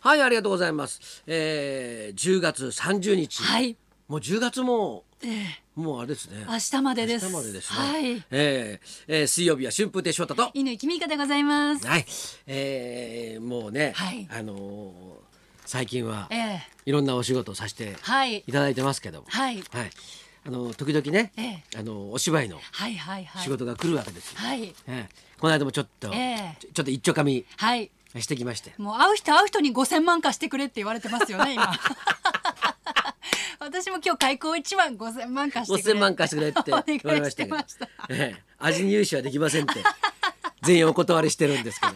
はいありがとうございます、えー、10月30日、はいもう10月もええもうあれですね明日までです明日までですね、はいえーえー水曜日は春風亭昇太と犬君香でございますはい、えー、もうね、はいあのー最近はええいろんなお仕事をさせてはいいただいてますけども、はいはい、あの時々ね、えあのお芝居のはいはいはい仕事が来るわけですよ、はいええこの間もちょっと、ええちょちょっと一丁かみはいしてきましてもう会う人会う人に5000万貸してくれって言われてますよ ね今私も今日開口一番5000万貸してくれ5000万貸してくれって お願い言われまししたてけどました、ええ味に融資はできませんって 全員お断りしてるんですけど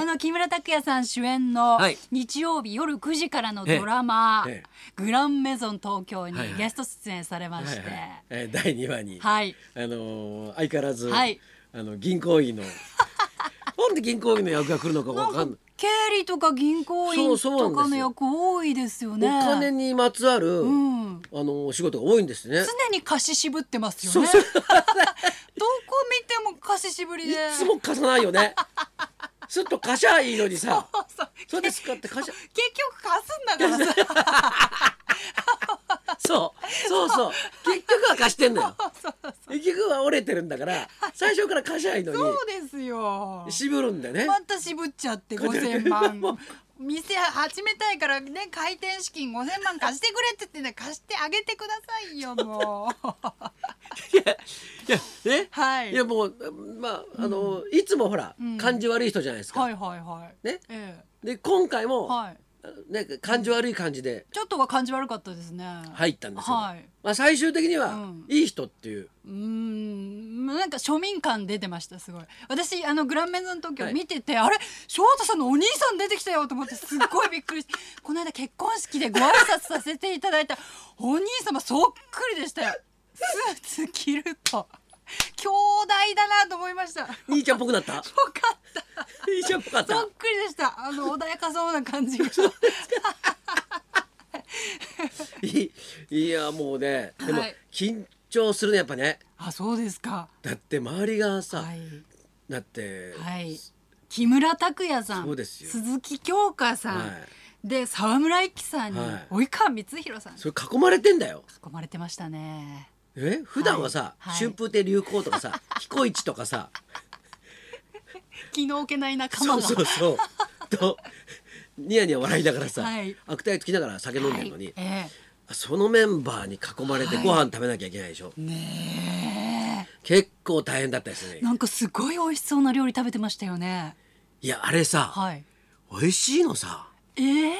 あの木村拓哉さん主演のはい日曜日夜9時からのドラマえええ「グランメゾン東京」はいはにいゲスト出演されまはいしはていえー第2話に、はいあのー相変わらず、はいあの銀行 員のなんで銀行員の役が来るのかわかなんんなかい。経理とか銀行員そうそうなんでとすよかの役多いですよおね。金にまつわる、うんあのーお仕事が多いんですね。常に貸し渋ってますよね。そう どこ見ても貸し渋りいで。つも貸さないよ ね。すっと貸しゃいいのにさ、そうそれで使って貸しゃ、結局貸すんだからさ。そう、そうそう、結局は貸してんのよ。結局は折れてるんだから、最初から貸しゃいいのに、そうですよ。渋るんだよね。また渋っちゃって五千万。店始めたいからね開店資金五千万貸してくれって言ってね貸してあげてくださいよも う。いや、ね、はいいやもうまああの、いつもほら、うん感じ悪い人じゃないですか。はいはいはい。ね、えで今回えも、はい。なんか感じ悪い感じでちょっとは感じ悪かったですね。は入ったんですけど、はいまあ最終的には、うんいい人っていう。うーんなんか庶民感出てましたすごい私あのグランメゾン東は京い見てて、あれ翔太さんのお兄さん出てきたよと思ってすっごいびっくりして この間結婚式でご挨拶させていただいたお兄様そっくりでしたよスーツ着ると兄弟だなと思いましたよか兄ちゃんっぽくな った。った兄ちゃんっぽかったそっ。くりでしたあの穏やかそうな感じが いいやもうね、でも、はい緊張するねやっぱね。あそうですかだって周りがさ、はい、だって、はい、木村拓哉さんそうですよ鈴木京香さん、はいで沢村一樹さんに、はい及川光弘さんにそれ囲まれてんだよ。囲まれてましたねえ普段はさ、はいはい春風亭流行とか さ彦一とかさ気の置けない仲間そうがそうそうとニヤニヤ笑いながらさ、はい悪態つきながら酒飲んでるのに、はいえそのメンバーに囲まれてはいご飯食べなきゃいけないでしょ、えね結構大変だったですえねなんかすごい美味しそうな料理食べてましたよねいやあれさ、はい美味しいのさええ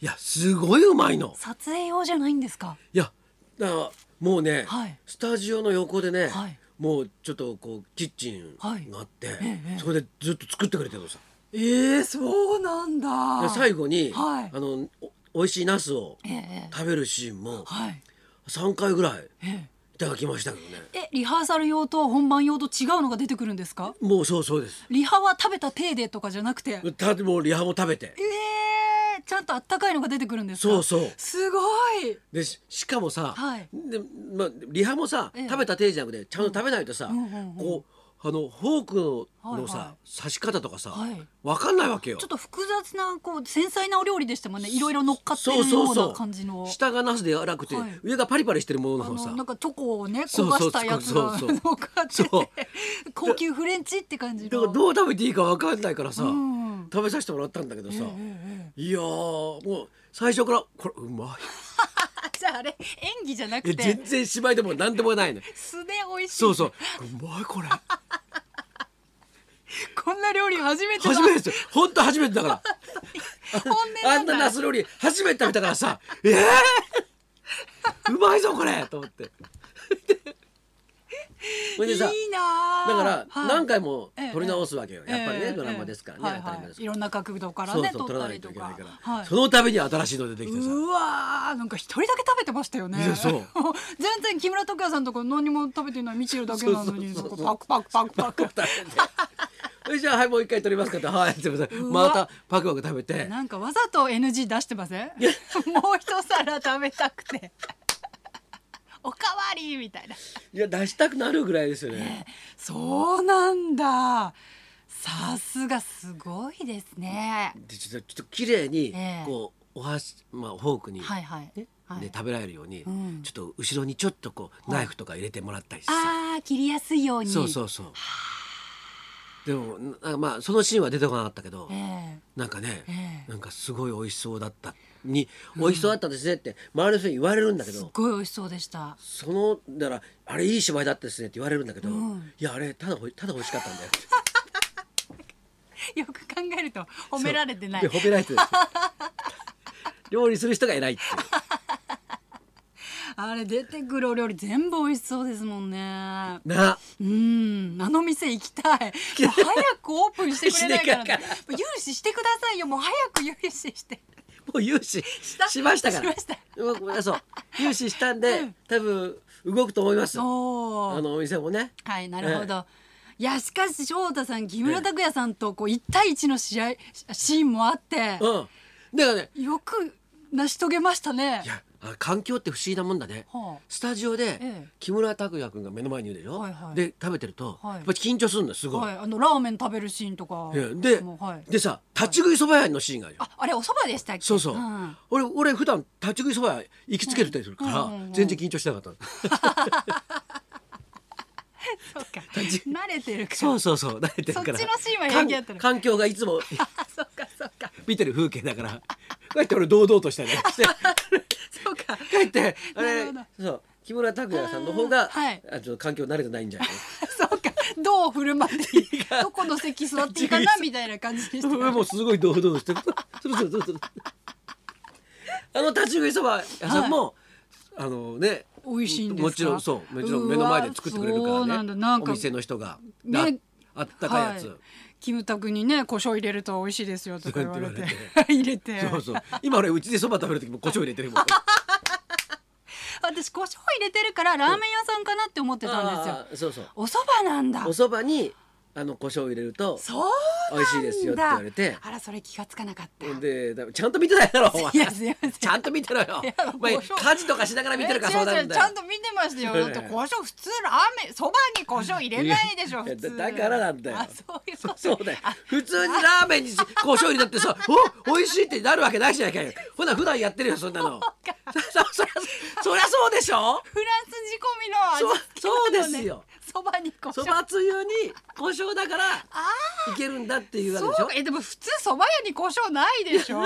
いやすごいうまいの撮影用じゃないんですかいやだからもうね、はいスタジオの横でね、はいもうちょっとこうキッチンがあって、ええそれでずっと作ってくれてるのさええそうなんでだ最後に、はいあのお美味しいナスをええ食べるシーンもはい3回ぐらいえいただきましたけどねええリハーサル用と本番用と違うのが出てくるんですかもうそうそうですリハは食べた手でとかじゃなくてたもうリハも食べてええちゃんとあったかいのが出てくるんですかそうそうすごいでししかもさ、はいでまあ、リハもさ、ええ食べた手じゃなくてちゃんと食べないとさ、うんうんうんうんこうあのフォークののさ、はいは刺し方とかさ、はいわかんないわけよちょっと複雑なこう繊細なお料理でしたもんねいろいろ乗っかってそるうよそううそなう感じの下がナスで柔らくて、はい上がパリパリしてるものあののさなんかチョコをねそう焦がそうしたやつがそうそう乗っかっててそう高級フレンチって感じだからの。どう食べていいかわかんないからさ、うんうん食べさせてもらったんだけどさ、ええいやーもう最初からこれうまあじ ゃああれ演技じゃないえくて全然芝居でも何でも ないの、素で美味しいそうそううまいこれこんな料理初めてだ初めて ですよ本当初めてだから本音あなんんなだナス料理初めて食べたから さええうまいぞこれと思 ってそれでさいいなあだからはい何回もええ撮り直すわけよ、やっぱりね、ええドラマですからね、はい当たはり前ですい、いかろんな角度かららねそうそう撮撮っらたないりとといけなかいから、はいその度に新しいの出てきてさうわーなんか一人だけ食べてましたよねいやそう 全然木村拓哉さんとか何も食べてない見てるだけなのにそうそうそうそうなんかパクパクパクパ大変で それじゃあはいもう一回撮りますかってはいすいませんうまわたパクパク食べてクなんかわざと NG 出してませんもう一皿食べたくておかわりみたいないや出したくなるぐらいですよねそうなんださすがすごいですね。でちょっとちょっと綺麗にええこうお箸まあフォークに、はいはい。ねはいで食べられるように、うんちょっと後ろにちょっとこうナイフとか入れてもらったりしてさ、ああ切りやすいように。そうそうそう。でもなまあそのシーンは出てこなかったけど、ええなんかね、ええなんかすごい美味しそうだったに美味しそうだったですねって周りの人に言われるんだけすっど、ごい美味しそうでした。そのだからあれいい芝居だったですねって言われるんだけど、うんいやあれただほただ美味しかったんだよ。よく考えると褒められてないで。褒められてない 料理する人が偉いっていう。あれ出てくるお料理全部美味しそうですもんね。なうん、あの店行きたい。もう早くオープンしてくれないかしなら。きもゃう融資してくださいよ。もう早く融資して。もう融資しましたから。しましたうんごめんなさいそう融資したんで、多分動くと思います。あおお。のお店もね。はい、なるほど。いやしかし翔太さん木村拓哉さんとこう1対1の試合シーンもあってうん。だからね、よく成し遂げましたねい。やあ環境って不思議なもんだね。はスタジオでえ木村拓哉君が目の前にいるでしょ、はいはいで食べてると、はいやっぱり緊張するんだすあ、ごい、はい、あのラーメン食べるシーンとかいやで、もうはい、でさ立ち食いそば屋のシーンがあるよああれお蕎麦でしたっけそうそう、ん俺俺普段立ち食いそば屋行きつけてたりするから、うんうんうんうん全然緊張してなかったのそ うか慣れてるからそうそうそう慣れてるからそっちのシーンは平気だったの環環境がいつもあ そうかそうか見てる風景だからこうやって俺堂々としたりなんかして そうかこうやってあなれるほどそう木村拓哉さんの方があーはいあちょっと環境慣れてないん じゃないそうかどう振る舞っていいどこの席座っていいかなみたいな感じでした俺 もうすごい堂々としてるそうそうそうそうあの立ち食いそば屋さんも、あのね美味しいんですかもちろんそうもちろん目の前で作ってくれるかうわそうらなんねだなんおか店の人が、ねでああったかいやつ、はキムタクにね胡椒入れると美味しいですよとか言われてそうやって 入れてそうそう今俺うちでそば食べる時も胡椒入れてるもん私胡椒入れてるからラーメン屋さんかなって思ってたんですよあーそうそうお蕎麦なんだおそばにあの胡椒を入れるとそう美味しいですよって言われてあらそれ気がつかなかったでだちゃんと見てないだろお前いやすいませんちゃんと見てろよやお前胡椒家事とかしながら見てるからえそうなるんだよ違う違うちゃんと見てましたよ。だって胡椒普通ラーメンそばに胡椒入れないでしょいや普通。だだからなんだよあそういうこと。そうだよ普通にラーメンに胡椒入れたってさお美味しいってなるわけないじゃないかよほな普段やってるよそんなの そそりゃそりゃそうでしょフランス仕込みの味付けなの、ね。そうそうですよ。そばに胡椒。そばつゆに胡椒だからいけるんだっていうわけそでうしょかえでも普通そば屋に胡椒ないで しょ。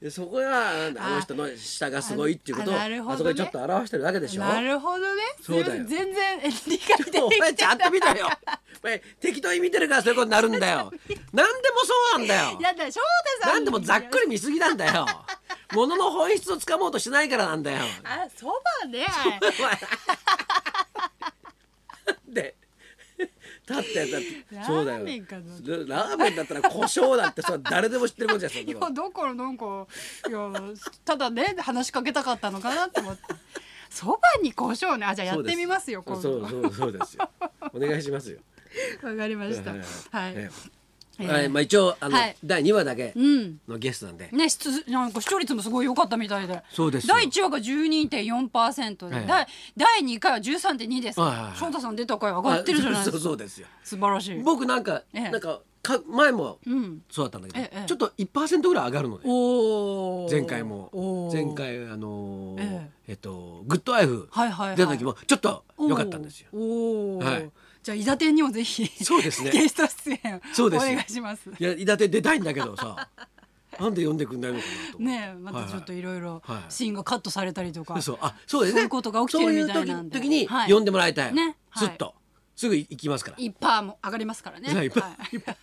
でそこがあの人の下がすごいっていうことをあ,、あなるほどねそこでちょっと表してるだけでしょなるほどね。そうだよすいません全然え理解できておな前いちゃんと見た よお前適当に見てるからそういうことになるんだよ何でもそうなんだよやだ翔太さん。何でもざっくり。り見すぎなんだ よものの本質をつかもうとしないからなんだよあそばね。お前 でだってだってそうだラーメンかなよラーメンだったら胡椒だってそれ誰でも知ってるもんじゃんそんいなや のだからなんかいやただね話しかけたかったのかなと思 ってそばに胡椒ねあじゃあやってみますよそ今うですそ度うそうそうですよお願いしますよわかりましたはいはい、えええーはいまあ一応あのはい第二話だけうんのゲストなんでね出なんか視聴率もすごい良かったみたいでそうですよ第1話が12.4%で、ええ第第2回は13.2です、はいはいはい翔太さん出た回上がってるじゃないですあそうそうかそうですよ素晴らしい僕なんか、ええなんかか前もうんそうだったんだけど、ええちょっと1%ぐらい上がるのでおー前回もおー前回あのーええっとグッドアイフはいはいはい出た時もちょっと良かったんですよ、おお、はいじゃあ伊達店にもぜひそうですねゲスト出演そうですよお願いします。いや伊達出たいんだけど さなんで呼んでくんないのかなと思ってねえまたちょっとはいろいろはいはいシーンがカットされたりとか、はいそうあそうですねそういうことが起きてるみたいなんでそういう時時はいに呼んでもらいたい、ねはいずっとすぐ行きますから一パーも上がりますからね。じゃあいっぱいはいいっぱい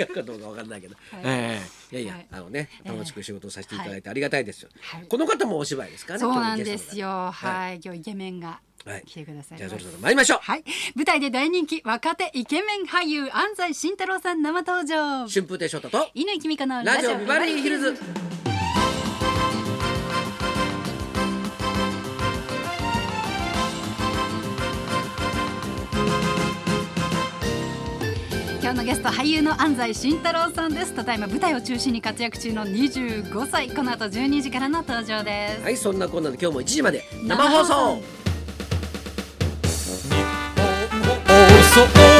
書くかどうかわかんないけど、はいええいやいや、はいあのねええ楽しく仕事をさせていただいてありがたいですよ、はいこの方もお芝居ですからねそう今な日んのでゲストすの方よ。はいはい、今日イケメンがはい来てくださいじゃまあしそたろそろ参りましょう、はい、舞台で大人気若手イケメン俳優安西慎太郎さん生登場。春風亭昇太と乾きみかのラジオビバリーヒルズ今日のゲスト俳優の安西慎太郎さんですただいま舞台を中心に活躍中の25歳この後12時からの登場ですはいそんなこんなで今日も1時まで生放生放送送放送そう